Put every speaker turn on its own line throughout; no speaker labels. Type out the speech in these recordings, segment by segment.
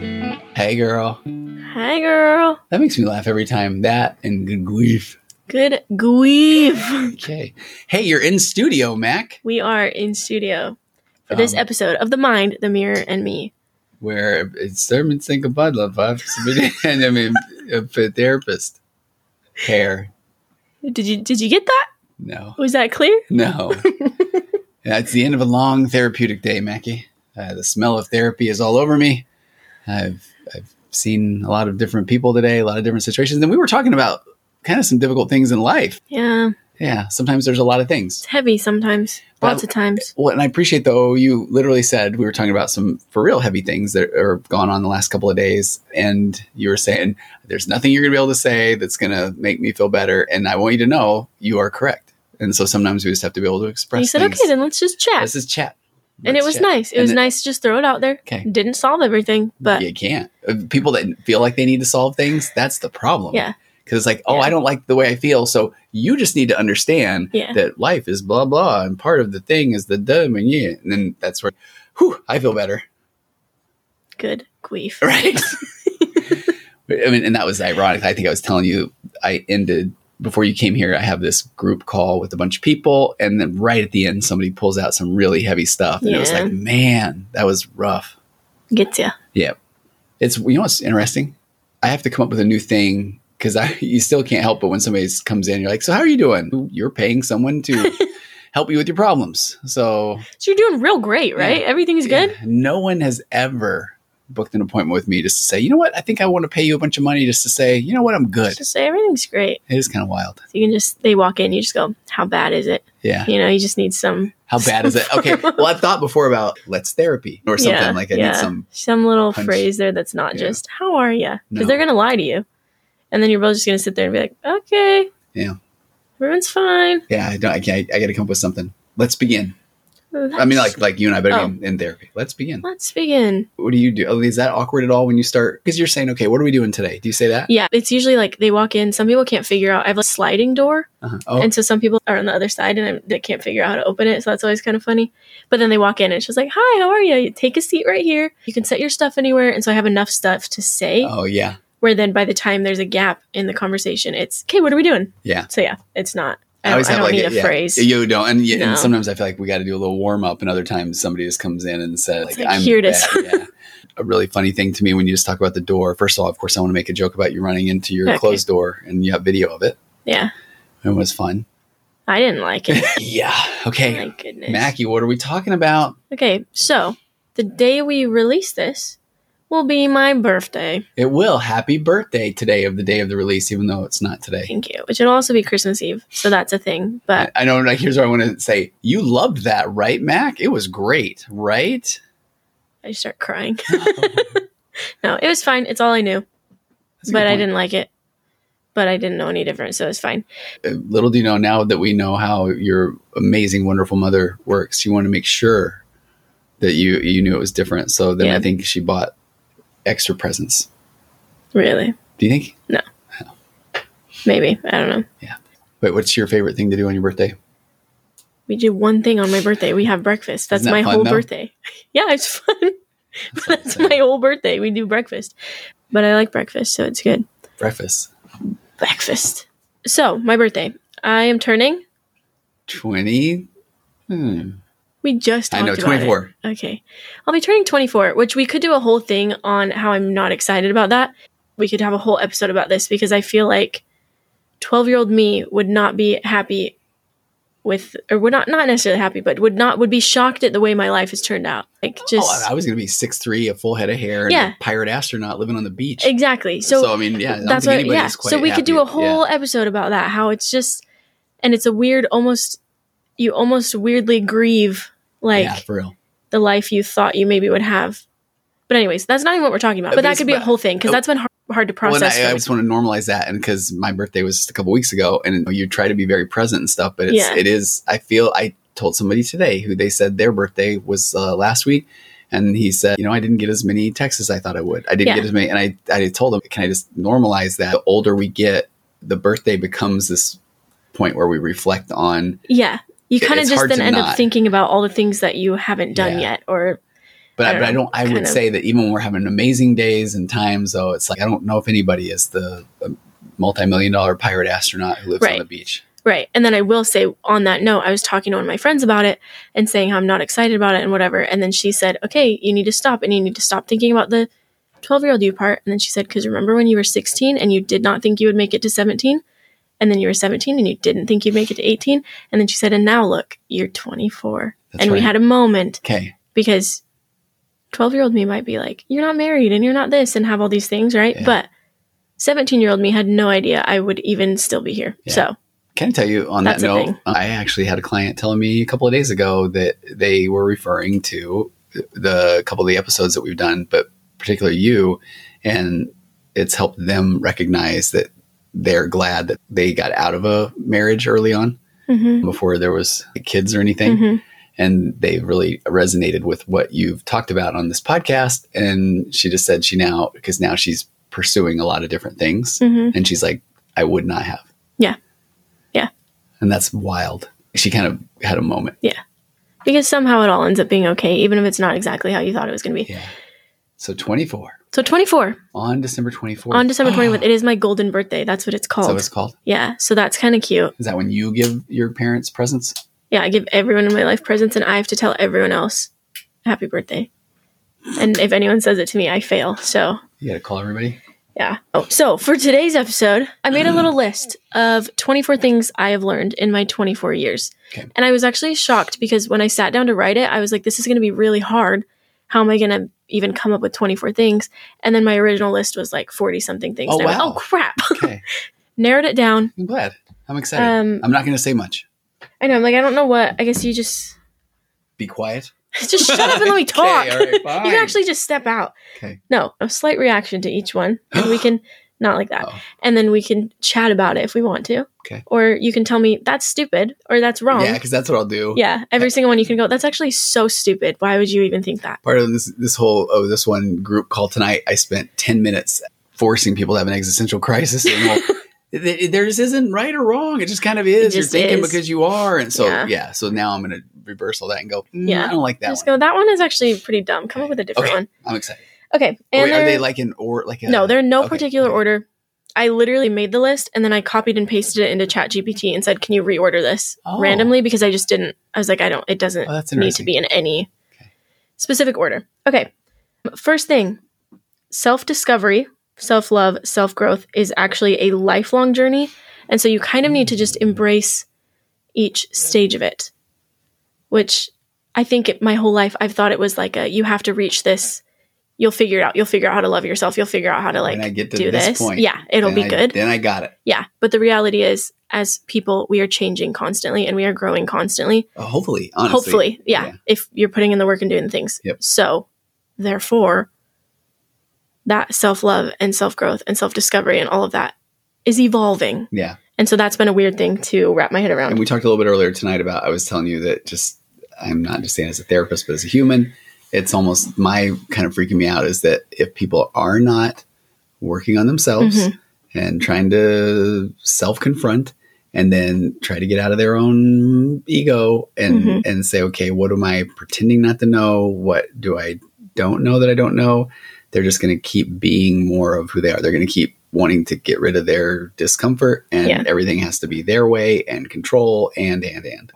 Hey, girl.
Hi, girl.
That makes me laugh every time. That and good grief.
Good grief.
Okay. Hey, you're in studio, Mac,
We are in studio for this
Um,
episode of The Mind, The Mirror, and Me.
where it's Thurman Sinkabudla, and I mean, a therapist. Hair.
Did you did you get that?
No.
Was that clear?
No. That's the end of a long therapeutic day, Mackie. Uh, the smell of therapy is all over me. I've I've seen a lot of different people today, a lot of different situations, and we were talking about kind of some difficult things in life.
Yeah.
Yeah, sometimes there's a lot of things.
It's heavy sometimes.
Well,
Lots of times.
Well, and I appreciate though you literally said we were talking about some for real heavy things that are gone on the last couple of days, and you were saying there's nothing you're gonna be able to say that's gonna make me feel better, and I want you to know you are correct. And so sometimes we just have to be able to express.
You said,
things.
okay, then let's just chat.
This is chat.
and it
Let's
was
chat.
nice. It
And
was
it-
nice to just throw it out there.
'Kay.
Didn't solve everything, but
you can't. Uh, People that feel like they need to solve things, that's the problem.
Yeah.
Because it's like, oh,
Yeah.
I don't like the way I feel. So you just need to understand
Yeah.
that life is blah, blah. And part of the thing is the dumb and yeah. And then that's where, whew, I feel better.
good grief.
Right. I mean, and that was ironic. I think I was telling you, I ended before you came here. I have this group call with a bunch of people. And then right at the end, somebody pulls out some really heavy stuff. And it was
Yeah.
like, man, that was rough.
Gets ya.
Yeah. It's you know what's interesting? I have to come up with a new thing because I you still can't help but when somebody comes in, you're like, so how are you doing? You're paying someone to help you with your problems. So
So you're doing real great, right?
Yeah.
Everything's good?
yeah, no one has ever booked an appointment with me just to say, you know what, I think I want to pay you a bunch of money just to say, you know what, I'm good.
Just say everything's great.
It is kind of wild.
So you can just they walk in, you just go, How bad is it?
Yeah.
You know, you just need some
How bad is it? Okay. Well, I thought before about let's therapy or something.
Yeah,
like I
yeah.
need some
some little
punch.
phrase there that's not
Yeah.
just how are you because
No.
they're gonna lie to you and then you're both just gonna sit there and be like okay
Yeah.
everyone's fine
yeah, I don't I can't I gotta come up with something. Let's begin. I mean
Let's-
like like you and I better
Oh.
be in, in therapy. Let's begin.
let's begin
what do you do? Oh, Is that awkward at all when you start? Because you're saying, okay, what are we doing today? Do you say that?
yeah it's usually like they walk in some people can't figure out i have a sliding door
Uh-huh. Oh,
and so some people are on the other side and I, they can't figure out how to open it so that's always kind of funny but then they walk in and she's like hi how are you? you take a seat right here you can set your stuff anywhere and so i have enough stuff to say
oh yeah,
where then by the time there's a gap in the conversation it's okay what are we doing
yeah.
so yeah it's not i don't, I don't need a
yeah.
phrase
You don't, and, yeah,
No.
and sometimes I feel like we got to do a little warm up, and other times somebody just comes in and says,
It's like, here it is.
bad. Yeah. A really funny thing to me when you just talk about the door. First of all, of course, I want to make a joke about you running into your
Okay.
closed door, and you have video of it.
yeah
It was fun.
I didn't like it.
yeah. Okay,
My goodness.
Mackie, what are we talking about?
Okay, so the day we release this will be my birthday.
It will. Happy birthday today of the day of the release, even though it's not today.
Thank you. Which will also be Christmas Eve, so that's a thing. But
I know. Like, here's what I want to say. You loved that, right, Mac? It was great, right?
I start crying. no, it was fine. It's all I knew,
That's a
but
good
I
point.
didn't like it. But I didn't know any different, so it's fine.
Uh, Little do you know now that we know how your amazing, wonderful mother works. You want to make sure that you you knew it was different. So then
Yeah.
I think she bought extra presents.
Really,
Do you think?
maybe I don't know.
Wait, what's your favorite thing to do on your birthday?
We do one thing on my birthday. We have breakfast. That's
Isn't that
my
fun,
whole
though?
birthday. yeah, it's fun. But that's
fun.
my whole birthday. We do breakfast, but I like breakfast, so it's good.
Breakfast.
breakfast. So, my birthday. I am turning.
Twenty. Hmm.
We just
I
talked
know.
about
Twenty four.
it. Okay. I'll be turning 24, which we could do a whole thing on how I'm not excited about that. We could have a whole episode about this because I feel like 12-year-old me would not be happy with or would not not necessarily happy, but would not would be shocked at the way my life has turned out. Like just
Oh, I- I was going to be six three, a full head of hair, and
Yeah.
a pirate astronaut living on the beach.
Exactly.
So,
So,
I mean, yeah, I don't
that's
think
what
anybody's
yeah
quite
so we could do a
happy. Yeah.
whole episode about that how it's just and it's a weird almost you almost weirdly grieve like
yeah, for real.
the life you thought you maybe would have but anyways that's not even what we're talking about
Uh,
but that
this-
could be a
but-
whole thing because
uh,
that's been hard, hard to
Well, and
process
I, I
for me.
just want to normalize that, and because my birthday was just a couple weeks ago, and you try to be very present and stuff, but it's,
Yeah.
it is. I feel I told somebody today who they said their birthday was uh, last week, and he said, you know, I didn't get as many texts as I thought I would. I didn't
Yeah.
get as many, and I I told him, can I just normalize that? The older we get, the birthday becomes this point where we reflect on
yeah you
It-
kind of
it's
just
hard
then
to
end up
not.
thinking about all the things that you haven't done
Yeah.
yet or
But I,
I
but I
don't know,
don't. I would
kind of.
say that even when we're having amazing days and times, though, it's like I don't know if anybody is the uh, multi-million dollar pirate astronaut who lives on
Right.
the beach.
Right. And then I will say on that note, I was talking to one of my friends about it and saying how I'm not excited about it and whatever. And then she said, okay, you need to stop and you need to stop thinking about the 12 year old you part. And then she said, because remember when you were 16 and you did not think you would make it to 17? And then you were 17 and you didn't think you'd make it to 18. And then she said, and now look, you're 24.
That's
and we
right.
had a moment
Okay,
because 12 year old me might be like, you're not married and you're not this and have all these things, right?
Yeah.
But 17 year old me had no idea I would even still be here.
Yeah.
So.
Can I tell you on
That's a
that note?
thing.
I actually had a client telling me a couple of days ago that they were referring to the couple of the episodes that we've done, but particularly you, and it's helped them recognize that they're glad that they got out of a marriage early on
mhm.
before there was kids or anything.
Mhm.
And they really resonated with what you've talked about on this podcast. And she just said she now, because now she's pursuing a lot of different things.
Mhm.
And she's like, I would not have.
Yeah. Yeah.
And that's wild. She kind of had a moment.
Because somehow it all ends up being okay, even if it's not exactly how you thought it was going to be.
Yeah. So 24
So 24
on December 24th.
on December 21st, it is my golden birthday. That's what it's
Is
called.
that what it's called?
yeah. So that's kind of cute.
Is that when you give your parents presents?
Yeah. I give everyone in my life presents and I have to tell everyone else happy birthday. And if anyone says it to me, I fail. So
You got to call everybody?
Yeah. Oh, so for today's episode, I made a little list of 24 things I have learned in my 24 years.
Okay.
And I was actually shocked because when I sat down to write it, I was like, this is going to be really hard. How am I going to even come up with 24 things? And then my original list was like 40 something things.
Oh,
and I went,
wow.
oh, crap.
Okay.
Narrowed it down.
I'm glad. I'm excited.
Um,
I'm not going to say much.
I know. I'm like, I don't know what. I guess you just,
Be quiet.
just shut up and let me talk.
Okay, all right,
You
fine.
can actually just step out.
Okay.
No, a slight reaction to each one. And we can, not like that.
Oh.
And then we can chat about it if we want to.
Okay.
Or you can tell me that's stupid or that's wrong.
Yeah, because that's what I'll do.
Yeah, every single one you can go, that's actually so stupid. Why would you even think that?
Part of this this whole oh this one group call tonight, I spent ten minutes forcing people to have an existential crisis. And well, th- th- there just isn't right or wrong. It just kind of is.
just
You're thinking
is.
because you are, and so
Yeah.
yeah. So now I'm going to reverse all that and go. "Mm,
Yeah.
I don't like that
Just
one.
go, that one is actually pretty dumb. Come up with a different
Okay.
one.
I'm excited.
Okay. And
Wait, are they
they're-
like in or like? A,
no, they're in no
okay,
particular
okay.
order. I literally made the list and then I copied and pasted it into ChatGPT and said, Can you reorder this
Oh.
randomly? Because I just didn't. I was like, I don't, it doesn't
Oh, that's
need to
interesting.
be in any
Okay.
specific order. Okay. First thing self discovery, self love, self growth is actually a lifelong journey. And so you kind of need to just embrace each stage of it, which I think it, my whole life I've thought it was like a you have to reach this. You'll figure it out. You'll figure out how to love yourself. You'll figure out how to like
when I get to
do
this,
this.
point,
yeah, it'll
then
be
I-
good.
Then I got it.
Yeah. But the reality is, as people, we are changing constantly and we are growing constantly.
Uh, hopefully, honestly,
Hopefully. Yeah,
Yeah.
If you're putting in the work and doing the things.
Yep.
So, therefore, that self love and self growth and self discovery and all of that is evolving.
yeah.
And so that's been a weird thing to wrap my head around.
And we talked a little bit earlier tonight about I was telling you that just I'm not just saying as a therapist, but as a human, it's almost my kind of freaking me out is that if people are not working on themselves and trying to self confront and then try to get out of their own ego and
Mhm.
and say, okay, what am I pretending not to know? What do I don't know that I don't know? They're just going to keep being more of who they are. They're going to keep wanting to get rid of their discomfort, and
Yeah.
everything has to be their way and control and and and.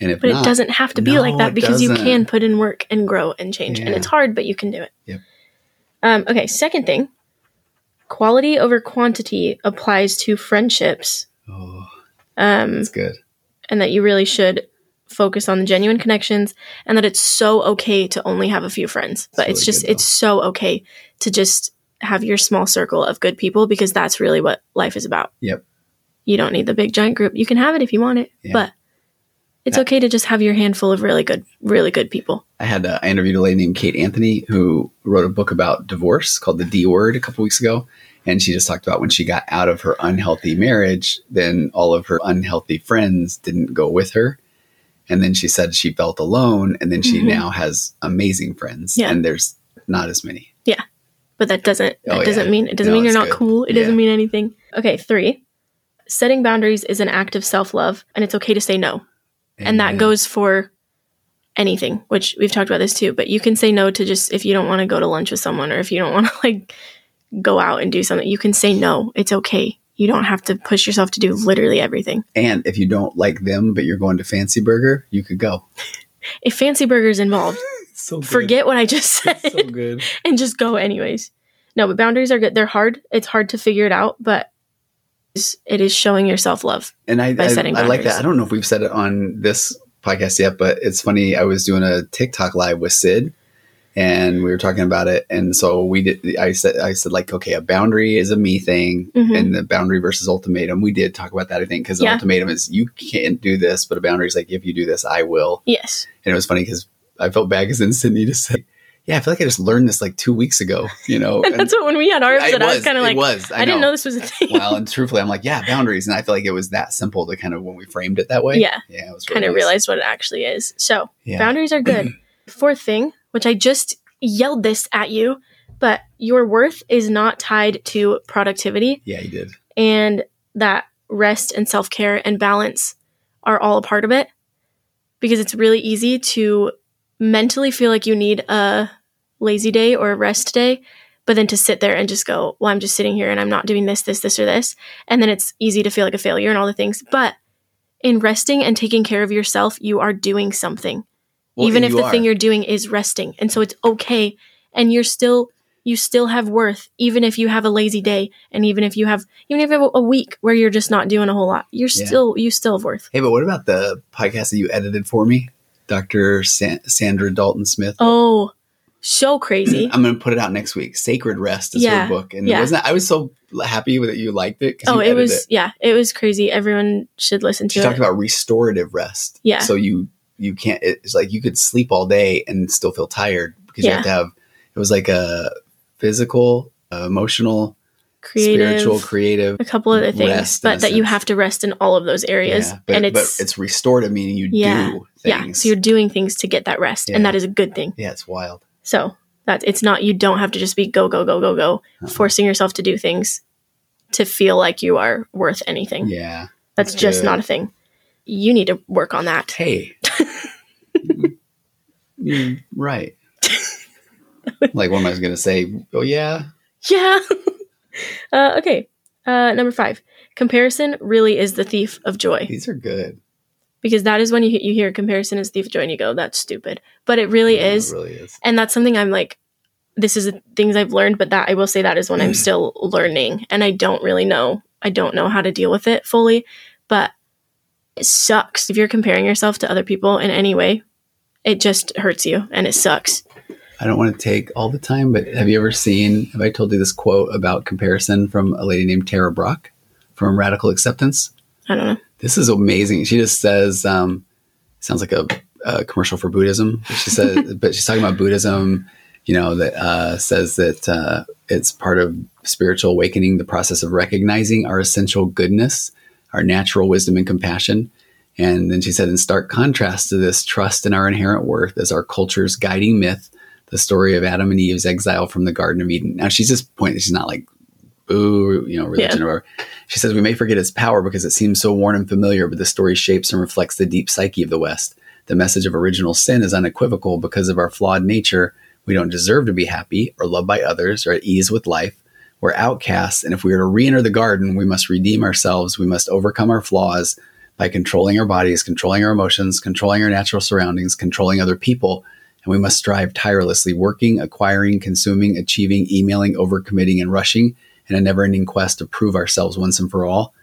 And if
but
not,
it doesn't have to be
No,
like that
it
because you
doesn't.
can put in work and grow and change. And
Yeah.
it's hard, but you can do it.
Yep.
Um, okay. Second thing quality over quantity applies to friendships.
oh,
Um,
that's good.
and that you really should focus on the genuine connections and that it's so okay to only have a few friends but
That's
it's
really
just
good, though.
it's so okay to just have your small circle of good people because that's really what life is about
Yep.
you don't need the big giant group you can have it if you want it
Yeah.
but it's
That-
okay to just have your handful of really good really good people
I had a, I interviewed a lady named Kate Anthony who wrote a book about divorce called The D Word a couple weeks ago, and she just talked about when she got out of her unhealthy marriage, then all of her unhealthy friends didn't go with her, and then she said she felt alone, and then she
Mhm.
now has amazing friends,
Yeah.
and there's not as many.
but that doesn't
Oh,
that
yeah.
doesn't mean it doesn't
No,
mean you're
it's
not
good.
cool it doesn't
Yeah.
mean anything okay 3 setting boundaries is an act of self-love and it's okay to say no and that goes for anything, which we've talked about this too, but you can say no to just if you don't want to go to lunch with someone or if you don't want to like go out and do something, you can say no. It's okay. You don't have to push yourself to do literally everything.
And if you don't like them, but you're going to Fancy Burger, you could go.
If Fancy Burger's involved,
So good.
forget what I just said
So good.
and just go anyways. No, but boundaries are good. They're hard. It's hard to figure it out, but it's- it is showing your self love.
And I,
By
I,
setting
I like
boundaries.
that. I don't know if we've said it on this podcast yet, but it's funny. I was doing a TikTok live with Sid, and we were talking about it. And so we did. I said, I said, like, okay, a boundary is a me thing,
Mhm.
and the boundary versus ultimatum. We did talk about that, I think, because
Yeah.
ultimatum is you can't do this, but a boundary is like if you do this, I will.
Yes.
And it was funny because I felt bad because then Sydney just said, "Yeah, I feel like I just learned this like two weeks ago." You know,
And that's what, when we had our
I- it
episode, I was, kind of
it
like,
was.
I, didn't know this was a thing.
well, and truthfully, I'm like, yeah, boundaries. And I feel like it was that simple to kind of when we framed it that way.
Yeah.
Yeah. It was really
kind of
nice.
realized what it actually is. So
Yeah.
boundaries are good. Fourth thing, which I just yelled this at you, but your worth is not tied to productivity
yeah, you did.
and that rest and self care and balance are all a part of it because it's really easy to mentally feel like you need a lazy day or a rest day, but then to sit there and just go, well, I'm just sitting here and I'm not doing this, this, this, or this. And then it's easy to feel like a failure and all the things. But in resting and taking care of yourself, you are doing something
Well, and
even if
you
the
are.
thing you're doing is resting and so it's okay and you're still you still have worth even if you have a lazy day and even if you have even if you have a week where you're just not doing a whole lot you're
Yeah.
still you still have worth
Hey, but what about the podcast that you edited for me, Doctor San- Sandra Dalton Smith?
oh so crazy
I'm going to put it out next week. Sacred Rest is
Yeah,
her book, and
yeah.
wasn't I was so happy that you liked it. 'cause you
oh it
edited
was yeah it was crazy everyone should listen to
She
it
talked about restorative rest.
Yeah.
So you you can't. It's like you could sleep all day and still feel tired because you
Yeah.
have to have. It was like a physical, uh, emotional,
creative
spiritual, creative.
a couple other things
rest in
but
a
that you
sense.
have to rest in all of those areas
but,
and
but
it's,
it's restorative, meaning you
Yeah,
do things.
yeah so you're doing things to get that rest and
Yeah.
that is a good thing
yeah, it's wild.
So that it's not you don't have to just be go go go go go
Uh-huh.
forcing yourself to do things to feel like you are worth anything.
Yeah.
that's just
good.
not a thing. You need to work on that.
Hey. Mm, right. like what am I was gonna say? Oh yeah.
Yeah. uh, okay. Uh, number five, comparison really is the thief of joy
These are good.
because that is when you you hear comparison is the thief of joy and you go that's stupid, but it really
Yeah, it
is,
really is.
and that's something I'm like. This is the things I've learned, but that I will say that is when
Mm.
I'm still learning and I don't really know. I don't know how to deal with it fully, but it sucks if you're comparing yourself to other people in any way. It just hurts you and it sucks.
I don't want to take all the time, but have you ever seen have I told you this quote about comparison from a lady named Tara Brock from Radical Acceptance?
I don't know.
This is amazing. She just says, um, sounds like a, a commercial for Buddhism. She says, but she's talking about Buddhism, you know, that uh, says that uh, it's part of spiritual awakening, the process of recognizing our essential goodness, our natural wisdom and compassion. And then she said, in stark contrast to this, trust in our inherent worth as our culture's guiding myth, the story of Adam and Eve's exile from the Garden of Eden. Now, she's just pointing, she's not like, boo, you know, religion or whatever. She says, We may forget its power because it seems so worn and familiar, but the story shapes and reflects the deep psyche of the West. The message of original sin is unequivocal because of our flawed nature. We don't deserve to be happy or loved by others or at ease with life. We're outcasts, and if we are to re enter the garden, we must redeem ourselves. We must overcome our flaws by controlling our bodies, controlling our emotions, controlling our natural surroundings, controlling other people. And we must strive tirelessly, working, acquiring, consuming, achieving, emailing, overcommitting, and rushing in a never ending quest to prove ourselves once and for all.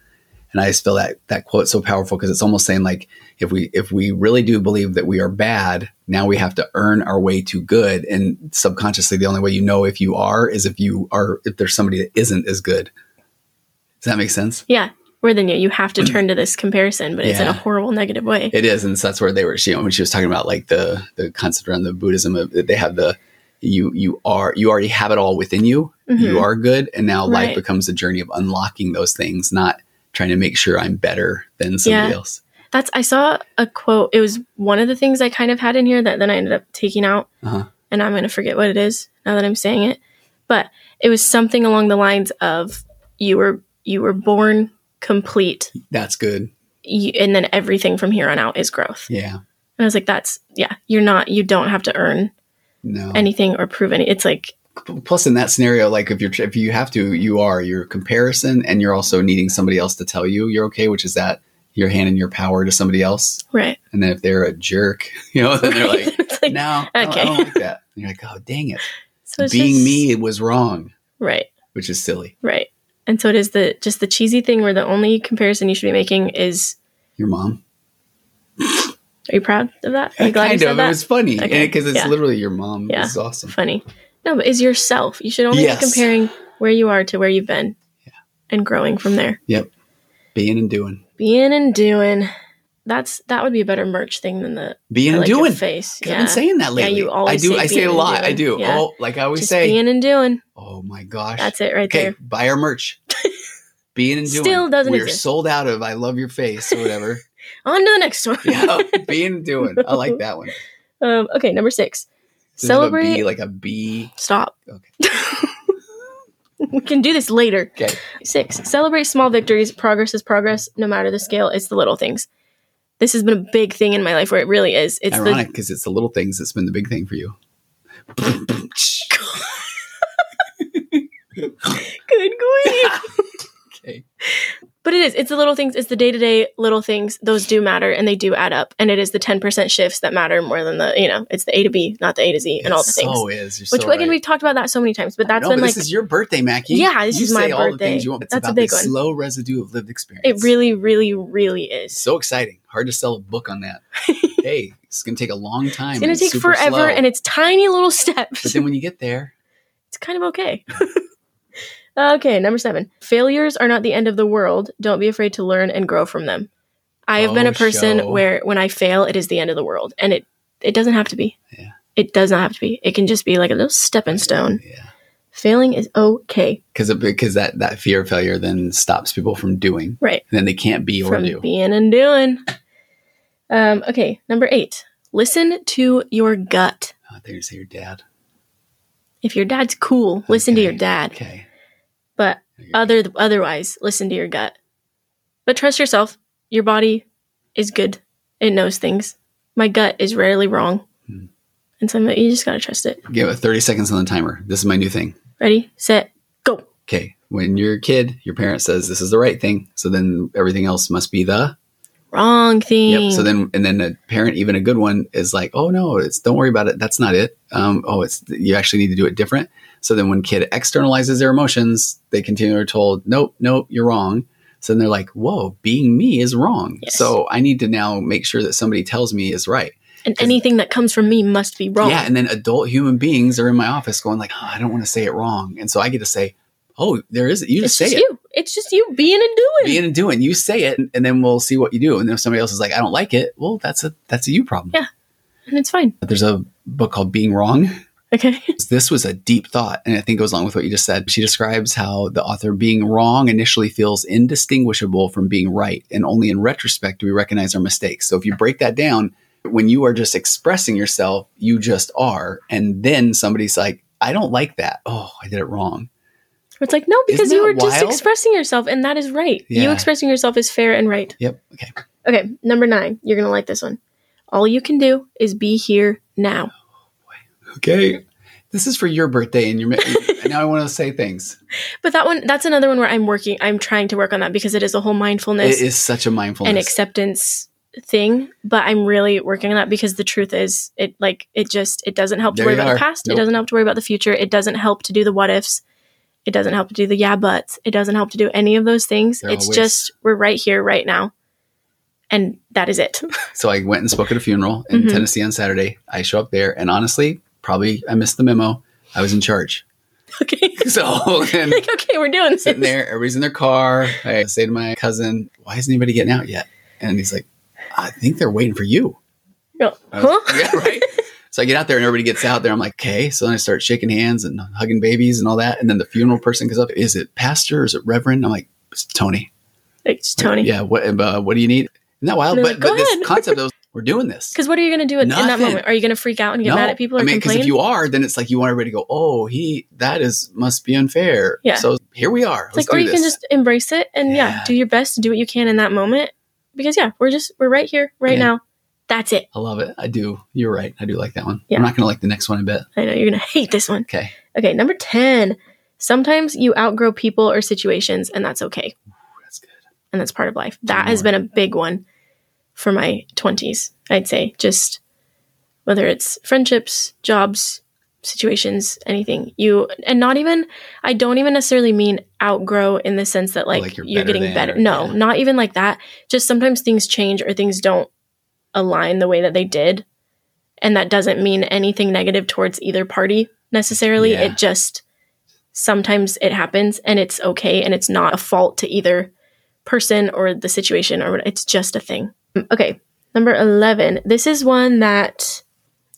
And I just feel that that quote so powerful because it's almost saying like if we if we really do believe that we are bad, now we have to earn our way to good. And subconsciously, the only way you know if you are is if you are if there's somebody that isn't as good. Does that make sense?
Yeah, more than you. You have to turn to this comparison, but it's in a
Mm. Yeah.
horrible negative way.
It is, and so that's where they were. She when she was talking about like the the concept around the Buddhism of that they have the you you are you already have it all within you. You
Mhm.
are good, and now
Right.
life becomes a journey of unlocking those things, not trying to make sure I'm better than somebody
Yeah.
else.
That's I saw a quote. It was one of the things I kind of had in here that then I ended up taking out,
Uh-huh.
and I'm gonna forget what it is now that I'm saying it. But it was something along the lines of you were you were born complete,
That's good.
you, and then everything from here on out is growth.
Yeah,
And I was like, that's, yeah, you're not, you don't have to earn
No.
anything or prove any. It's like,
P- Plus, in that scenario, like if you're if you have to, you are your comparison, and you're also needing somebody else to tell you you're okay, which is that you're handing your power to somebody else.
right.
And then if they're a jerk, you know, then they're like,
It's like-
no, I don't- I
okay.
don't like that. And you're like, oh, dang it,
so it's
being
just-
me was wrong,
Right.
which is silly.
Right. And so it is the just the cheesy thing where the only comparison you should be making is
Your mom,
are you proud of that? Are you glad you
kind
said
of. It
that?
was funny because
Okay,
it's
yeah.
literally your mom.
Yeah.
This is awesome.
Funny. No, but is yourself. You should only
Yes.
be comparing where you are to where you've been. And growing from there.
Yep, being and doing,
Being and doing. That's that would be a better merch thing than the
being
I
and
like your
doing.
face.
'Cause
Yeah.
I've been saying that
Yeah,
lately.
you always
I do.
say
I say
being
a
and
lot. I do.
doing. Yeah.
Oh, like I always
just
say.
being and doing.
oh my gosh.
That's it right
okay,
there.
buy our merch. being and doing.
Still doesn't
We're
exist.
sold out of. I love your face or whatever.
On to the next one.
yeah, being and doing. I like that one.
Um, okay, number six.
Does it have a
Celebrate
B, like a B.
Stop.
Okay.
we can do this later.
Okay.
Six, celebrate small victories. Progress is progress. No matter the scale, it's the little things. This has been a big thing in my life where it really is. It's
Ironic because it's the little things that's been the big thing for you.
the good grief.
Okay.
but it is. It's the little things. It's the day to day little things. Those do matter and they do add up. And it is the 10% shifts that matter more than the, you know, it's the A to B, not the A to Z and all the
It
things.
So is. You're
Which,
so
again,
right.
we've talked about that so many times, but that's
no,
been
but
like,
this is your birthday, Mackie.
Yeah, this
you
is my
say All the
birthday.
things you want. It's
That's a
about
big
the
one.
Slow residue of lived experience.
it really, really, really is.
so exciting. Hard to sell a book on that. hey, it's gonna take a long time.
it's going to take
super
forever
slow.
and it's tiny little steps.
but then when you get there,
it's kind of okay. okay, number seven. Failures are not the end of the world. Don't be afraid to learn and grow from them. I have been
Oh,
a person
show.
where when I fail, it is the end of the world. And it it doesn't have to be.
Yeah.
It does not have to be. It can just be like a little stepping stone.
yeah,
Failing is okay.
because because that that fear of failure then stops people from doing.
Right.
And then they can't be or
From
do.
being and doing. Um, okay, number eight. Listen to your gut.
Oh, I think you say your dad.
If your dad's cool, listen to
Okay.
your dad.
Okay.
But other otherwise listen to your gut but trust yourself your body is good it knows things my gut is rarely wrong
Hmm.
and so you just gotta trust it
Give it 30 seconds on the timer. This is my new thing.
ready set go
Okay. When you're a kid, your parent says this is the right thing. So then everything else must be the.
wrong thing
Yep. So then, and then a parent, even a good one, is like, "Oh no, it's don't worry about it. That's not it. Um, oh, it's you actually need to do it different." So then, when kid externalizes their emotions, they continue to be told, "Nope, nope, you're wrong." So then they're like, "Whoa, being me is wrong."
Yes.
So I need to now make sure that somebody tells me is right.
and anything that comes from me must be wrong
Yeah, and then adult human beings are in my office going like, oh, "I don't want to say it wrong," and so I get to say, "Oh, there is you just
it's
say
just
it."
you it's just you being and doing
Being and doing, you say it, and then we'll see what you do. And then if somebody else is like, "I don't like it," well, that's a that's a you problem.
and it's fine
But there's a book called Being Wrong.
okay
This was a deep thought, and I think goes along with what you just said. She describes how the author being wrong initially feels indistinguishable from being right, and only in retrospect do we recognize our mistakes. So if you break that down, when you are just expressing yourself, you just are, and then somebody's like, "I don't like that. Oh, I did it wrong."
it's like no because
Isn't
you
that
were just
wild?
expressing yourself and that is right you
Yeah.
expressing yourself is fair and right
Yep. Okay.
okay number nine you're gonna like this one all you can do is be here now
Okay. This is for your birthday, and your and now I want to say things.
But that one, that's another one where I'm working, I'm trying to work on that because it is a whole mindfulness
It is such a mindfulness.
and acceptance thing. But I'm really working on that because the truth is, it like, it just, it doesn't help to
There
worry
you
about
are.
the past.
Nope.
It doesn't help to worry about the future. It doesn't help to do the what ifs. It doesn't help to do the yeah buts. It doesn't help to do any of those things.
They're
it's
always-
just, we're right here, right now. And that is it.
So I went and spoke at a funeral in
Mhm.
Tennessee on Saturday. I show up there, and honestly, probably I missed the memo. I was in charge.
okay.
So and
like, okay, we're doing this.
sitting there, everybody's in their car. I say to my cousin, "Why isn't anybody getting out yet?" And he's like, "I think they're waiting for you."
You're like,
I was-
huh?
Yeah, right. So I get out there and everybody gets out there. I'm like, okay. So then I start shaking hands and hugging babies and all that. And then the funeral person comes up. Is it pastor? Is it reverend? I'm like, it's Tony.
Like, it's Tony.
Yeah. What? Uh, what do you need? Isn't that wild?
And they're
But,
like, "Go
but this
ahead."
concept of we're doing this.
Because what are you going to do in, in that
Nothing.
moment? Are you going to freak out and get mad at people or
I mean,
complain?
if you are, then it's like you want everybody to go, "Oh, he that is must be unfair."
Yeah.
So here we are.
It's like, or you can just embrace it and yeah.
Yeah.
do your best to do what you can in that moment. Because yeah, we're just we're right here, right
Yeah.
now, That's it.
I love it. I do. You're right. I do like that one.
Yeah.
I'm not going to like the next one, I bet.
I know you're going to hate this one.
Okay.
Okay, number 10. Sometimes you outgrow people or situations, and that's okay.
That's good.
And that's part of life. That has been a big one for my 20s, I'd say. Just whether it's friendships, jobs, situations, anything. You, and not even, I don't even necessarily mean outgrow in the sense that like,
Like
you're,
you're better
getting
than
better.
or-
no,
yeah.
not even like that. Just sometimes things change or things don't align the way that they did. And that doesn't mean anything negative towards either party necessarily.
Yeah.
It just, sometimes it happens and it's okay and it's not a fault to either person or the situation or what- it's just a thing. Mm, Okay, number 11. This is one that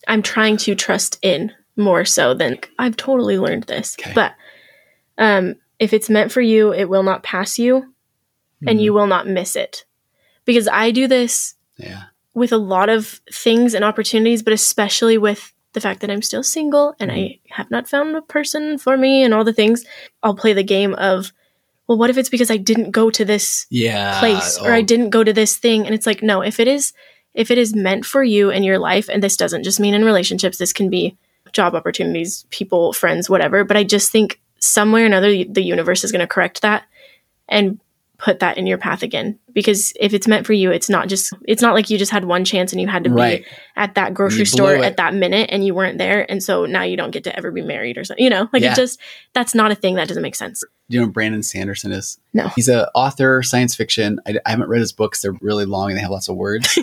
I'm trying to trust in more so than I've totally learned this.
Okay.
But um if it's meant for you, it will not pass you
Mm-hmm.
and you will not miss it. Because I do this
Yeah.
with a lot of things and opportunities, but especially with the fact that I'm still single and I have not found a person for me and all the things, I'll play the game of, well, what if it's because I didn't go to this
Yeah.
place or I
Oh,
didn't go to this thing? And it's like, no, if it is if it is meant for you and your life, and this doesn't just mean in relationships, this can be job opportunities, people, friends, whatever. But I just think somewhere or another the universe is gonna correct that and put that in your path again. Because if it's meant for you, it's not just it's not like you just had one chance and you had to be
Right.
at that grocery
You
store
blew it.
at that minute and you weren't there and so now you don't get to ever be married or something you know like
Yeah.
it just that's not a thing that doesn't make sense
Do you know who Brandon Sanderson is?
No.
He's an author, science fiction. I, I haven't read his books. They're really long and they have lots of words.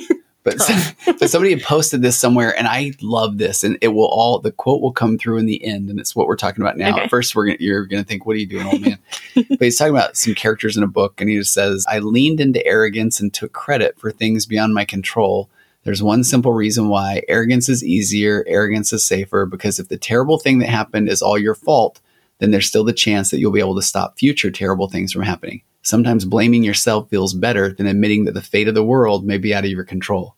But, but somebody had posted this somewhere and I love this. And it will all, the quote will come through in the end. And it's what we're talking about now.
Okay.
At first, we're gonna, you're going to think, what are you doing, old man? but he's talking about some characters in a book. And he just says, I leaned into arrogance and took credit for things beyond my control. There's one simple reason why arrogance is easier, arrogance is safer, because if the terrible thing that happened is all your fault, then there's still the chance that you'll be able to stop future terrible things from happening. Sometimes blaming yourself feels better than admitting that the fate of the world may be out of your control.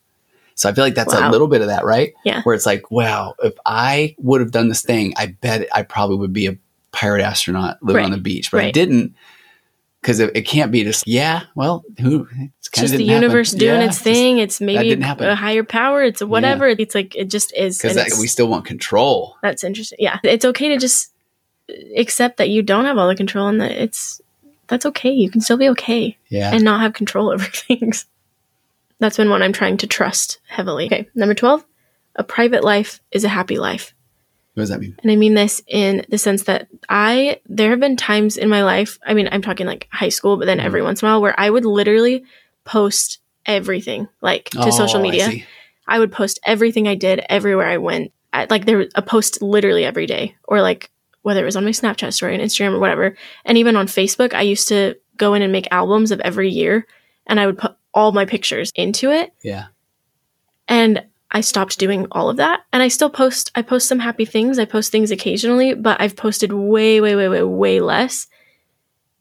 So I feel like that's a
Wow.
little bit of that, right?
Yeah.
Where it's like, wow, if I would have done this thing, I bet I probably would be a pirate astronaut living on
Right.
the beach, but I
Right.
didn't. Because it, it can't be just, yeah, well, who? It's
it's
kinda
just the
didn't happen.
universe doing
Yeah,
its
just-
thing it's maybe
didn't happen.
a higher power it's a whatever it's like it just is
because
and
that
it's-
we still want control.
that's interesting yeah it's okay to just accept that you don't have all the control and that it's that's okay you can still be okay
Yeah,
and not have control over things that's been one i'm trying to trust heavily okay number 12 a private life is a happy life
what does that mean?
And I mean this in the sense that I, there have been times in my life, I mean, I'm talking like high school, but then
Mm.
every once in a while where I would literally post everything like to
Oh,
social
I
media.
see.
I would post everything I did everywhere I went. I, like there was a post literally every day, or like whether it was on my Snapchat story and Instagram or whatever, and even on Facebook. I used to go in and make albums of every year, and I would put all my pictures into it.
Yeah.
And I stopped doing all of that, and I still post. I post some happy things. I post things occasionally, but I've posted way, way, way, way, way less.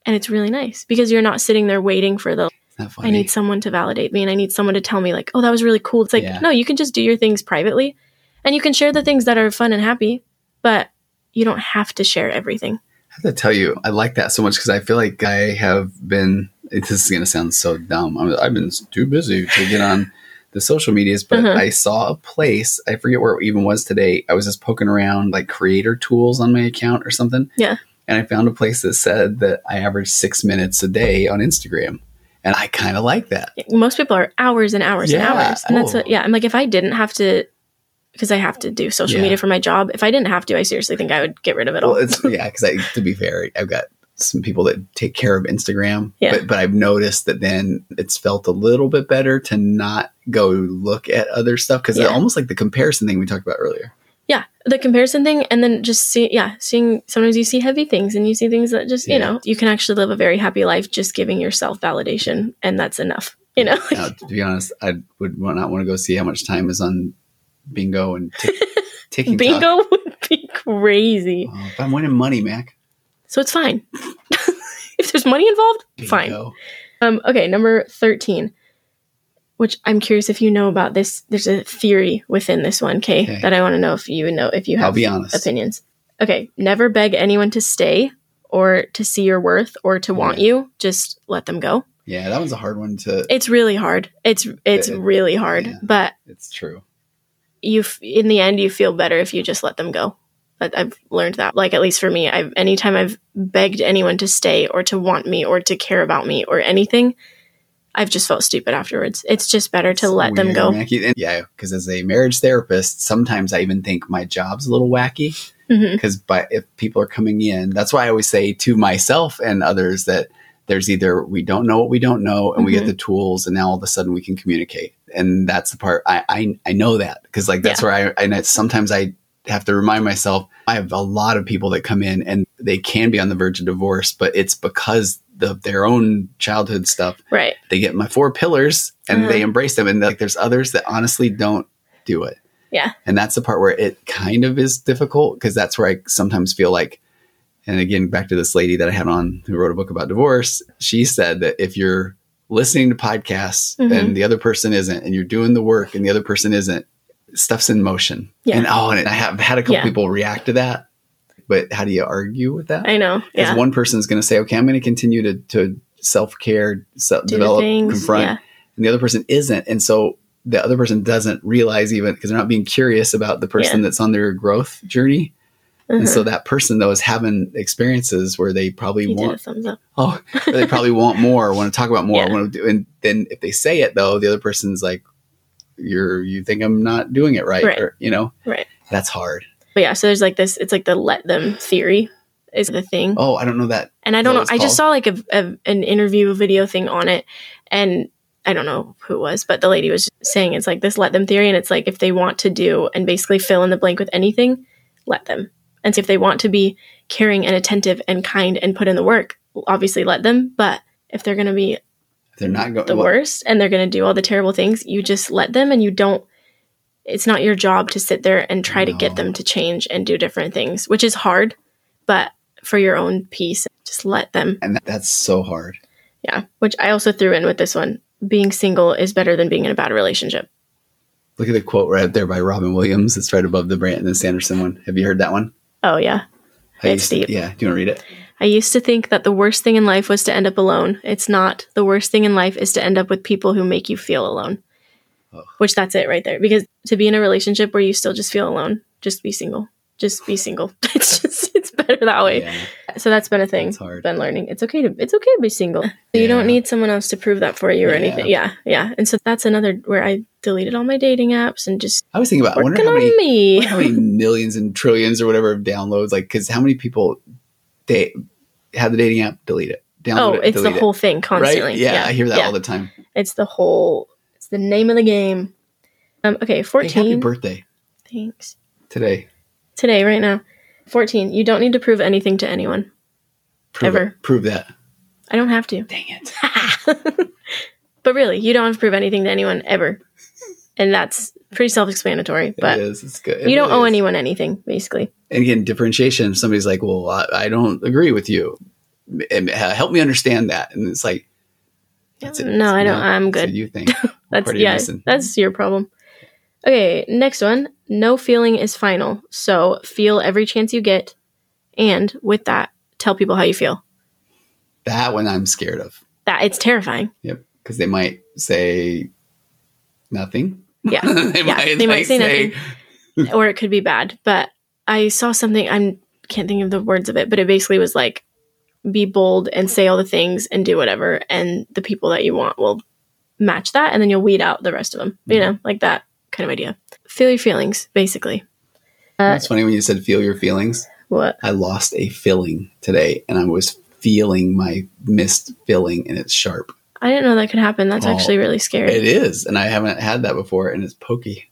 And it's really nice because you're not sitting there waiting for the
Isn't that funny?
I need someone to validate me and I need someone to tell me, like, oh, that was really cool. It's like,
Yeah.
no, you can just do your things privately and you can share the things that are fun and happy, but you don't have to share everything.
I have to tell you, I like that so much because I feel like I have been. This is going to sound so dumb. I'm, I've been too busy to get on the social medias, but
Uh-huh.
I saw a place. I forget where it even was today. I was just poking around like creator tools on my account or something.
Yeah.
And I found a place that said that I average six minutes a day on Instagram. And I kind of like that.
Most people are hours and hours
Yeah.
and hours. And that's what,
Oh.
yeah. I'm like, if I didn't have to, because I have to do social
Yeah.
media for my job, if I didn't have to, I seriously think I would get rid of it all.
Well, it's yeah, because to be fair, I've got some people that take care of Instagram,
Yeah.
but but I've noticed that then it's felt a little bit better to not go look at other stuff because
Yeah.
it's almost like the comparison thing we talked about earlier.
yeah the comparison thing and then just see yeah seeing sometimes you see heavy things and you see things that just
Yeah.
you know you can actually live a very happy life just giving yourself validation and that's enough you know
Now, to be honest, I would wa- not want to go see how much time is on bingo and tick ticking.
bingo would be crazy
Oh, if I'm winning money, Mac.
so it's fine if there's money involved fine
Bingo.
Um, okay, number 13, which I'm curious if you know about this. There's a theory within this one, Kay,
Okay.
that I want to know if you know, if you
I'll
have
be honest.
opinions. Okay, never beg anyone to stay or to see your worth or to want
Yeah.
you. Just let them go.
Yeah, that one's a hard one to.
It's really hard. It's it's
It-
really hard,
yeah.
but
It's true.
you f- in the end you feel better if you just let them go. But I've learned that. Like at least for me, I've anytime I've begged anyone to stay or to want me or to care about me or anything, I've just felt stupid afterwards. It's just better to
It's
let them
weird,
go.
wacky. And- yeah, because as a marriage therapist, sometimes I even think my job's a little wacky.
Mhm.
because but if people are coming in that's why i always say to myself and others that there's either we don't know what we don't know and we get
Mhm.
the tools and now all of a sudden we can communicate and that's the part i i, I know that because like that's where i and it's, sometimes i have to remind myself i have a lot of people that come in and they can be on the verge of divorce but it's because of their own childhood stuff
Right.
they get my four pillars and
Uh-huh.
they embrace them and like there's others that honestly don't do it
Yeah.
and that's the part where it kind of is difficult because that's where i sometimes feel like and again back to this lady that i had on who wrote a book about divorce she said that if you're listening to podcasts
Mhm.
and the other person isn't and you're doing the work and the other person isn't stuff's in motion
Yeah.
and oh and i have had a couple
Yeah.
people react to that but how do you argue with that
I know.
because
Yeah.
one person's going to say, okay, I'm going to continue to, to self care, self
Do the
develop,
things,
confront,
yeah.
and the other person isn't. And so the other person doesn't realize even because they're not being curious about the person that's on their growth journey.
Uh-huh.
And so that person though is having experiences where they probably
He did a
want,
thumbs up.
oh, where they probably want more, want to talk about more,
Yeah.
want to do. And then if they say it though, the other person's like, you're, you think I'm not doing it right.
Right.
Or, you know,
Right.
that's hard.
But yeah, so there's like this. It's like the let them theory is the thing.
Oh, I don't know that.
and I don't know.
what it's
I
called?
just saw like a, a an interview video thing on it, and I don't know who it was, but the lady was saying it's like this let them theory, and it's like if they want to do and basically fill in the blank with anything, let them. And so if they want to be caring and attentive and kind and put in the work, obviously let them. But if they're going to be
They're not going
the worst and they're going to do all the terrible things, you just let them, and you don't. It's not your job to sit there and try to get
No.
them to change and do different things, which is hard, but for your own peace, just let them.
And that, that's so hard.
Yeah, which I also threw in with this one. Being single is better than being in a bad relationship.
Look at the quote right there by Robin Williams. It's right above the Branton and Sanderson one. Have you heard that one?
Oh, yeah.
I used
It's
to-
deep.
yeah. Do you want to read it?
I used to think that the worst thing in life was to end up alone. It's not. The worst thing in life is to end up with people who make you feel alone.
Ugh.
Which that's it right there. Because to be in a relationship where you still just feel alone, just be single. Just be single. It's just it's better that way.
Yeah.
So that's been a thing.
It's hard.
Been learning. It's okay to it's okay to be single. So you
Yeah.
don't need someone else to prove that for you or
Yeah.
anything. Yeah, yeah. And so that's another where I deleted all my dating apps and just
I was thinking about. I wonder
working
how many,
on me.
how many millions and trillions or whatever of downloads. Like, because how many people they have the dating app delete it,
Oh,
download it,
it's the
delete
whole
it,
thing
right?
constantly.
Yeah, I hear that
yeah.
all the time.
It's the whole. It's the name of the game. Um. Okay.
Hey, happy
Fourteen.
birthday
Thanks.
today.
Today, right now. Fourteen. You don't need to prove anything to anyone.
Prove
Ever.
it. prove that.
I don't have to.
Dang it.
but really, you don't have to prove anything to anyone ever, and that's pretty self-explanatory.
it
But
is. It's good. It
you don't
really
owe
is.
anyone anything, basically.
And again, differentiation. If Somebody's like, "Well, I, I don't agree with you. M- uh, Help me understand that." And it's like, that's it.
No, I don't.
No,
I'm
that's
good.
what you think?
That's
Pretty
yeah.
innocent.
That's your problem. Okay, next one. No feeling is final, so feel every chance you get, and with that, tell people how you feel.
That one I'm scared of.
That it's terrifying.
Yep. Because they might say nothing.
Yeah,
they
Yeah, they might say nothing. or it could be bad. But I saw something. I can't think of the words of it, but it basically was like, be bold and say all the things and do whatever, and the people that you want will match that, and then you'll weed out the rest of them. You
Mm-hmm.
know, like that kind of idea. Feel your feelings, basically. Uh,
That's funny when you said feel your feelings.
what?
I lost a filling today and I was feeling my missed filling and it's sharp.
I didn't know that could happen. That's
Oh,
actually really scary.
It is. And I haven't had that before and it's pokey.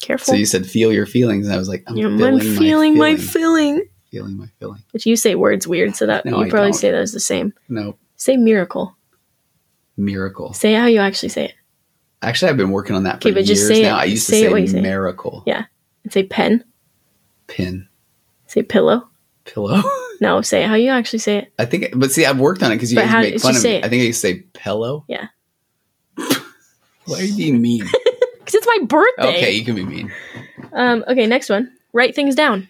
Careful.
So you said feel your feelings and I was like, I'm
You know,
feeling,
I'm feeling
my
my
feeling.
feeling.
feeling my feeling.
But you say words weird, so that
No,
you
I
probably
don't.
say those the same.
No,
Say miracle.
miracle.
Say how you actually say it.
Actually, I've been working on that for
Okay, but just
years
say it-
now. I used
say it
to
what you
say,
say.
miracle.
Yeah. And say pen.
Pin.
Say pillow.
Pillow.
No, say it how you actually say it.
I think, but see, I've worked on it because you
But
guys
how-
make
just
fun of
say
me.
it.
I think I used to say pillow.
Yeah.
Why are you being mean?
Because it's my birthday.
okay, you can be mean.
Um, okay, next one. Write things down.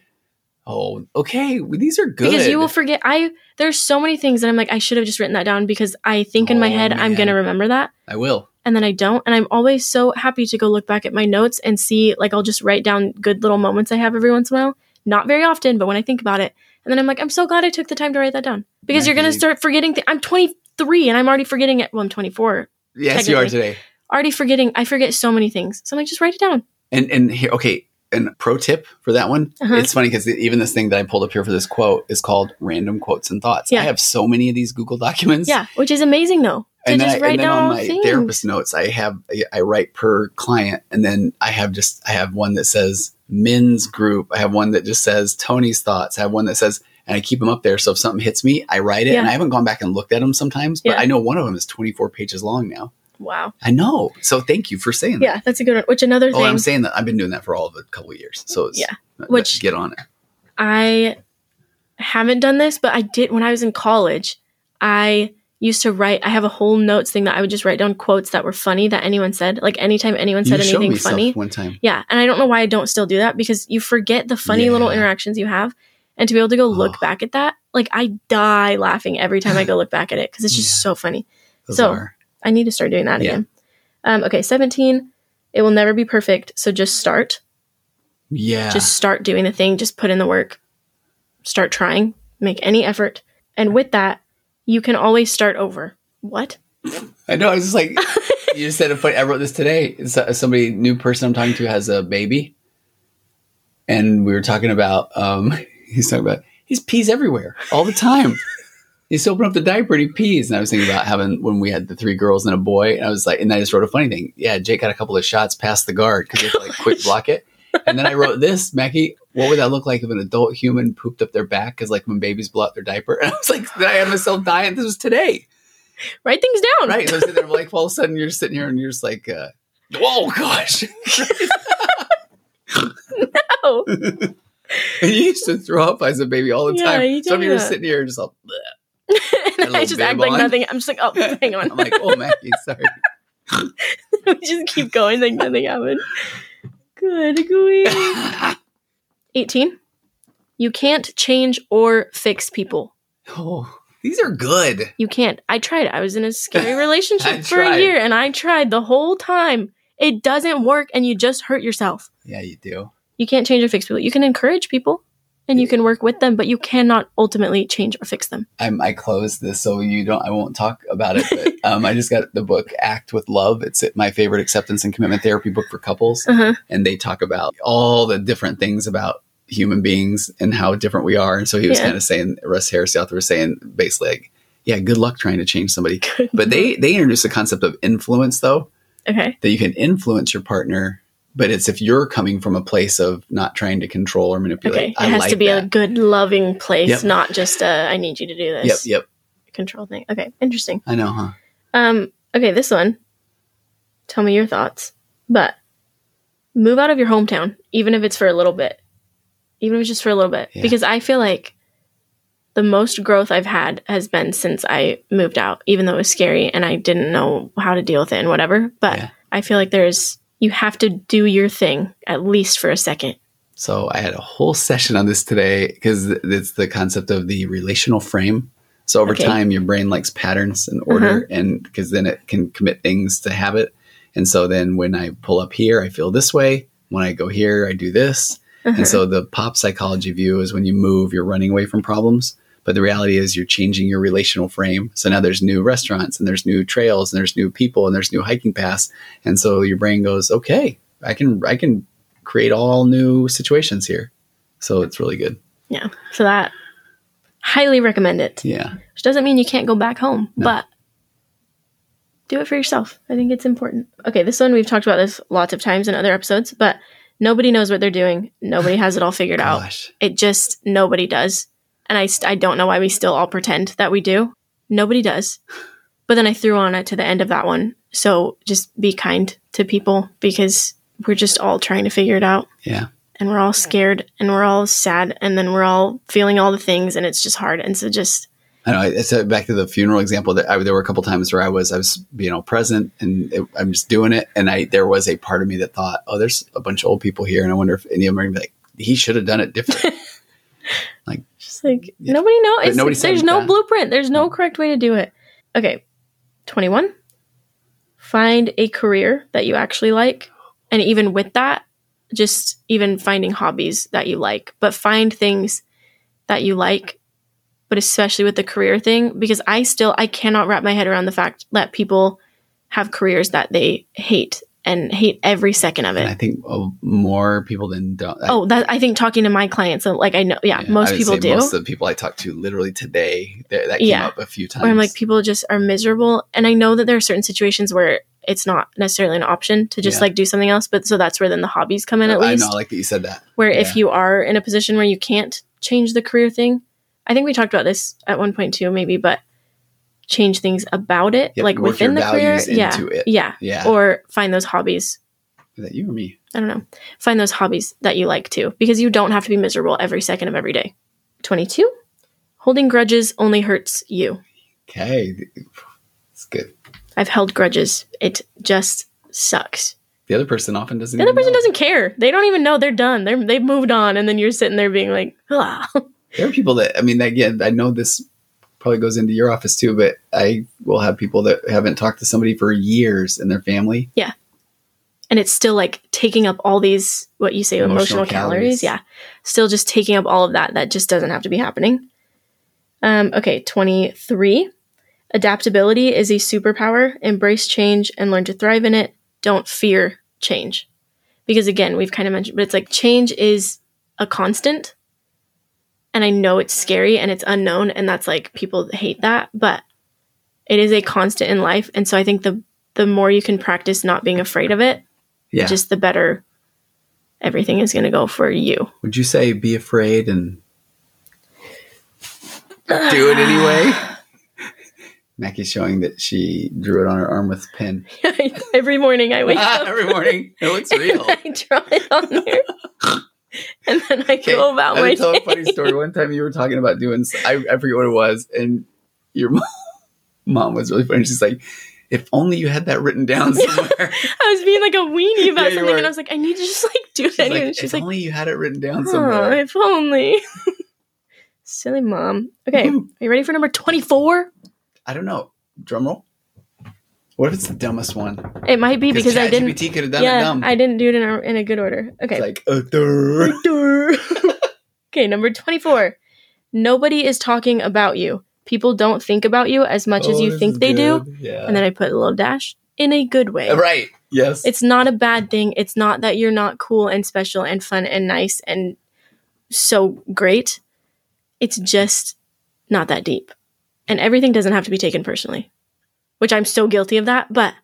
oh, okay, well, these are good.
Because you will forget. I there's so many things that I'm like I should have just written that down because I think in my
Oh,
head I'm
man.
gonna remember that
I will.
and then I don't. And I'm always so happy to go look back at my notes and see like I'll just write down good little moments I have every once in a while. Not very often, but when I think about it, and then I'm like I'm so glad I took the time to write that down because you're gonna
Maggie.
start forgetting. Th- I'm 23 and I'm already forgetting it. Well, I'm 24.
Yes, you are today.
Already forgetting. I forget so many things. So I'm like just write it down.
And and here, okay, and pro tip for that one.
Uh-huh.
It's funny because even this thing that I pulled up here for this quote is called random quotes and thoughts.
Yeah.
I have so many of these Google documents.
Yeah, which is amazing though. To
And then,
just
I,
write
and then
down
on
all
my
things.
therapist notes, I have I- I write per client, and then I have just I have one that says men's group. I have one that just says Tony's thoughts. I have one that says, and I keep them up there. So if something hits me, I write it, and
Yeah.
I haven't gone back and looked at them sometimes, but
Yeah.
I know one of them is twenty four pages long now.
Wow.
I know. So thank you for saying that.
Yeah, that's a good one. Which another
Oh,
thing
I'm saying that I've been doing that for all of a couple of years. So it's,
Yeah.
which
Which-
get on it.
I haven't done this, but I did when I was in college. I used to write. I have a whole notes thing that I would just write down quotes that were funny that anyone said. Like anytime anyone said
you showed
anything
me stuff
funny.
one time.
Yeah, and I don't know why I don't still do that because you forget the funny little
Yeah.
interactions you have, and to be able to go look
Oh.
back at that, like I die laughing every time I go look back at it because it's just so funny.
Those
So-
are-
I need to start doing that
Yeah.
again. Um, okay, seventeen. It will never be perfect, so just start.
yeah,
just start doing the thing just put in the work start trying make any effort and with that you can always start over what
I know. I was just like, you just said a funny. I wrote this today. It's, uh, somebody new person I'm talking to has a baby, and we were talking about. um He's talking about he's pees everywhere all the time. he's open up the diaper and he pees. And I was thinking about having when we had the three girls and a boy. And I was like, and I just wrote a funny thing. Yeah, Jake got a couple of shots past the guard because it's like quick block it. And then I wrote this, Mackie. What would that look like if an adult human pooped up their back? Because like when babies blow out their diaper, and I was like, then I had myself dying. This was today.
write things down
Right. So I'm sitting there, like, all of a sudden you're just sitting here and you're just like, uh, oh gosh.
no.
And you used to throw up as a baby all the
Yeah,
time.
you
so I'm
do
here
that.
sitting here and just like, bleh.
and i
little
just
bib
act like
on.
nothing i'm just like oh hang on
I'm like, oh, Mackie, sorry.
we just keep going like nothing happened good grief 18 you can't change or fix people
oh, these are good.
you can't i tried i was in a scary relationship for
tried.
a year and i tried the whole time it doesn't work and you just hurt yourself
Yeah, you do.
You can't change or fix people. You can encourage people and you can work with them, but you cannot ultimately change or fix them.
I'm, Um, I closed this so you don't, I won't talk about it. But um, I just got the book Act with Love. It's my favorite acceptance and commitment therapy book for couples.
Uh-huh.
and they talk about all the different things about human beings and how different we are. And so he was
Yeah.
kind of saying, Russ Harris, the author, was saying basically, like, yeah, good luck trying to change somebody. But they they introduced the concept of influence, though,
Okay.
that you can influence your partner, but it's if you're coming from a place of not trying to control or
Okay.
manipulate.
It has to be
that.
a good, loving place,
Yep.
not just a I need you to do
yep,
this
yep.
control thing. Okay. Interesting.
I know, huh?
Um, okay. This one. Tell me your thoughts. But move out of your hometown, even if it's for a little bit, even if it's just for a little bit,
Yeah.
because I feel like the most growth I've had has been since I moved out, even though it was scary and I didn't know how to deal with it and whatever. But
Yeah.
I feel like there's you have to do your thing at least for a second.
So I had a whole session on this today because it's the concept of the relational frame. So over
Okay.
time, your brain likes patterns and order, and because then it can commit things to habit. And so then when I pull up here, I feel this way. When I go here, I do this.
Uh-huh.
And so the pop psychology view is when you move, you're running away from problems. But the reality is you're changing your relational frame. So now there's new restaurants and there's new trails and there's new people and there's new hiking paths. And so your brain goes, okay, I can I can create all new situations here. So it's really good.
yeah. So that highly recommend it.
Yeah.
Which doesn't mean you can't go back home, but do it for yourself. I think it's important. Okay, this one we've talked about this lots of times in other episodes, but nobody knows what they're doing. Nobody has it all figured out.
Gosh.
It just nobody does. And I st- I don't know why we still all pretend that we do. Nobody does. But then I threw on it to the end of that one. So just be kind to people because we're just all trying to figure it out
Yeah.
and we're all scared and we're all sad and then we're all feeling all the things and it's just hard. And so just
I know. I- So back to the funeral example, that I, there were a couple times where I was, I was, you know, present, and it, I'm just doing it, and I there was a part of me that thought, oh, there's a bunch of old people here, and I wonder if any of them are gonna be like, he should have done it different. Like-
just like
Yeah.
nobody knows.
But
It's-
nobody
there's
said
no
that.
blueprint. There's no correct way to do it. Okay, twenty one. Find a career that you actually like, and even with that, just even finding hobbies that you like, but find things that you like, but especially with the career thing, because I still I cannot wrap my head around the fact that people have careers that they hate and hate every second of it.
And I think uh, more people than don't. I-
oh, that I think talking to my clients, uh, like I know, yeah,
yeah, I
most
would
people
say
do.
Most of the people I talked to literally today that, that came
Yeah.
up a few times.
where I'm like, people just are miserable, and I know that there are certain situations where it's not necessarily an option to just
Yeah. Oh,
like do something else, but so that's where then the hobbies come in at
I
least.
know, I like that you said that.
where
Yeah.
if you are in a position where you can't change the career thing, I think we talked about this at one point too, maybe, but change things about it,
Yep,
like
work
within the
your
career,
values
yeah,
into it.
yeah,
Yeah.
or find those hobbies.
Is that you or me?
I don't know, find those hobbies that you like too, because you don't have to be miserable every second of every day. Twenty two, holding grudges only hurts you.
Okay. It's good.
I've held grudges. It just sucks.
The other person often doesn't.
The other
even
person
know.
doesn't care. They don't even know they're done. They're they've moved on, and then you're sitting there being like, ah.
There are people that I mean, again, I know this probably goes into your office too, but I will have people that haven't talked to somebody for years in their family.
and it's still like taking up all these what you say
Emotional
emotional,
calories.
calories. yeah still just taking up all of that that just doesn't have to be happening um okay 23 adaptability is a superpower embrace change and learn to thrive in it don't fear change because again we've kind of mentioned but it's like change is a constant and i know it's scary and it's unknown and that's like people hate that but it is a constant in life and so i think the the more you can practice not being afraid of it
Yeah.
just the better everything is going to go for you.
Would you say be afraid and do it anyway? Mackie's showing that she drew it on her arm with a pen
Every morning I wake up
every morning. It looks
and
Ah, real.
I draw it on there. and then I go about
I
my
tell
day.
a funny story. One time you were talking about doing, s- I, I forget what it was, and your mom, mom was really funny. She's like, if only you had that written down somewhere.
I was being like a weenie
Yeah,
about
you
something
were.
and I was like, I need to just like do
She's
that.
like,
and she's
if
like,
only you had it written down
oh,
somewhere.
if only. Silly mom.
Mm-hmm.
Okay, are you ready for number 24?
I don't know. Drum roll. What if it's the dumbest one?
It might be because I didn't.
could have done it
Yeah,
dumb.
I didn't do it in a, in a good order. Okay.
It's like, uh, durr.
okay, number 24. Nobody is talking about you. People don't think about you as much as
Oh,
you
this
think
is
they do.
good. Yeah.
And then I put a little dash in a good way.
right. Yes.
It's not a bad thing. It's not that you're not cool and special and fun and nice and so great. It's just not that deep. And everything doesn't have to be taken personally, which I'm so guilty of that. But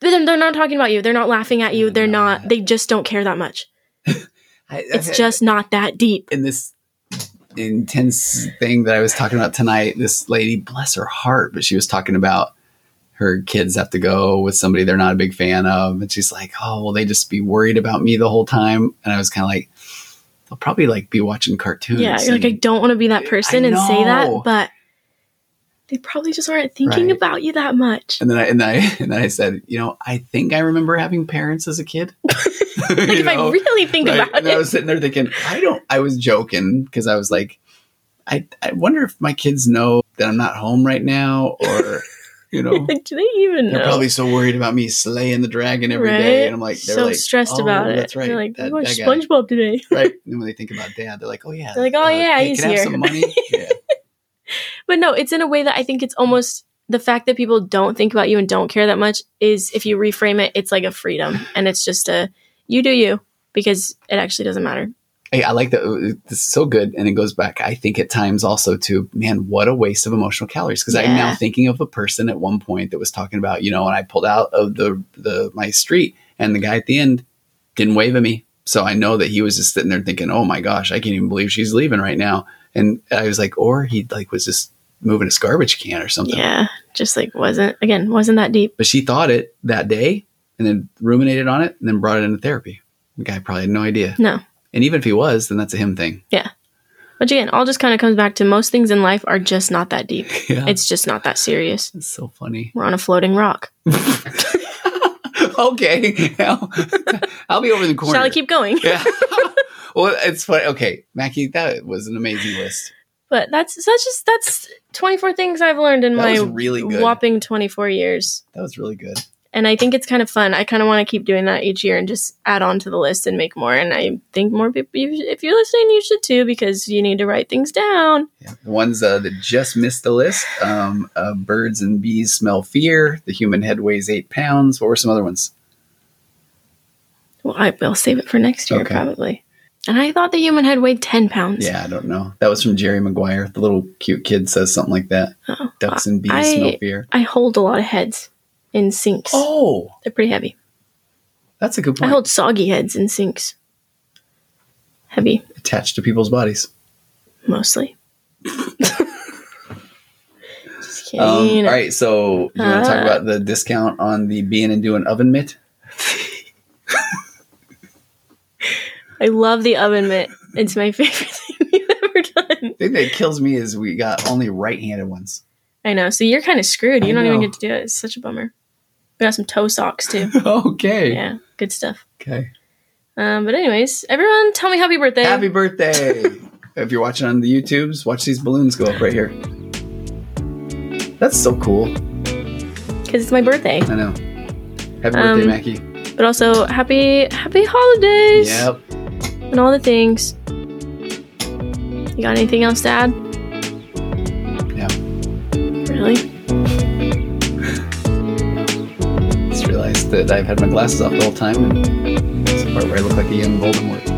but then they're not talking about you. They're not laughing at you. They're not, they just don't care that much.
I-
It's
I-
just not that deep.
in this intense thing that I was talking about tonight, this lady, bless her heart, but she was talking about her kids have to go with somebody they're not a big fan of. And she's like, Oh, will they just be worried about me the whole time? And I was kind of like, They'll probably like be watching cartoons.
Yeah, you're like, I
and-
don't want to be that person and say
know.
that, but they probably just aren't thinking
Right.
about you that much.
and then I and then I and then I said, you know, I think I remember having parents as a kid.
Like, if I really think
Right.
about
and I
it,
was sitting there thinking, I don't. I was joking because I was like, I I wonder if my kids know that I'm not home right now, or you know,
like, do they even
they're
know?
probably so worried about me slaying the dragon every day,
Right?
and I'm like, they're
so
like,
stressed
"Oh,
about it.
That's right.
They're like,
that,
we watched
that guy."
SpongeBob today.
Right. And when they think about dad, they're like, oh yeah.
They're like, "Oh, yeah,
hey,
he's
can I have
here."
some money? Yeah.
But no, it's in a way that I think it's almost the fact that people don't think about you and don't care that much is if you reframe it, it's like a freedom. And it's just a you do you because it actually doesn't matter.
Hey, I like that. It's so good. And it goes back, I think, at times also to, man, what a waste of emotional calories. Because I'm
Yeah.
now thinking of a person at one point that was talking about, you know, when I pulled out of the, the my street and the guy at the end didn't wave at me. So I know that he was just sitting there thinking, oh my gosh, I can't even believe she's leaving right now. And I was like, or he like was just moving his garbage can or something.
Yeah. Just like wasn't again, wasn't that deep.
But she thought it that day and then ruminated on it and then brought it into therapy. The guy probably had no idea.
No.
And even if he was, then that's a him thing.
Which again, all just kind of comes back to most things in life are just not that deep.
Yeah.
It's just not that serious.
it's so funny.
We're on a floating rock.
okay. I'll, I'll be over in the corner.
Shall I keep going?
Yeah. Well, it's funny. Okay, Mackie, that was an amazing list.
But that's so that's just that's 24 things I've learned in
That
my
was really good.
whopping 24 years.
That was really good.
And I think it's kind of fun. I kind of want to keep doing that each year and just add on to the list and make more. And I think more people, you- if you're listening, you should too because you need to write things down.
Yeah. The ones uh, that just missed the list um, uh, Birds and Bees Smell Fear. The Human Head Weighs Eight Pounds. What were some other ones?
Well, I will save it for next year
Okay.
probably. And I thought the human head weighed 10 pounds.
Yeah, I don't know. That was from Jerry Maguire. The little cute kid says something like that.
Oh.
Ducks and Bees
I-
Smell Fear.
I hold a lot of heads in sinks.
Oh,
They're pretty heavy.
that's a good
I
point.
hold soggy heads in sinks. Heavy,
Attached to people's bodies.
mostly. Just kidding.
Um, all right, so you want to talk
Uh.
about the discount on the being and doing oven mitt?
I love the oven mitt. It's my favorite thing you've ever done.
The thing that kills me is we got only right-handed ones.
I know. So you're kind of screwed. You
I
don't even
know.
get to do it. It's such a bummer. We got some toe socks too.
okay.
yeah, good stuff.
Okay.
Um, but anyways, everyone, tell me happy birthday.
Happy birthday! if you're watching on the YouTubes, watch these balloons go up right here. That's so cool.
because it's my birthday.
I know. Happy birthday,
Um,
Mackie.
But also happy happy holidays
Yep.
and all the things. You got anything else to add?
Yeah.
Really?
Just realized that I've had my glasses off the whole time. And it's the part where I look like a young Voldemort.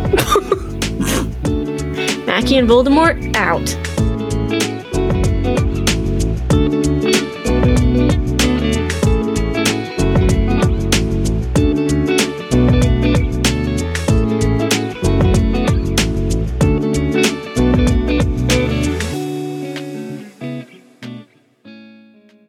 Mackie and Voldemort out.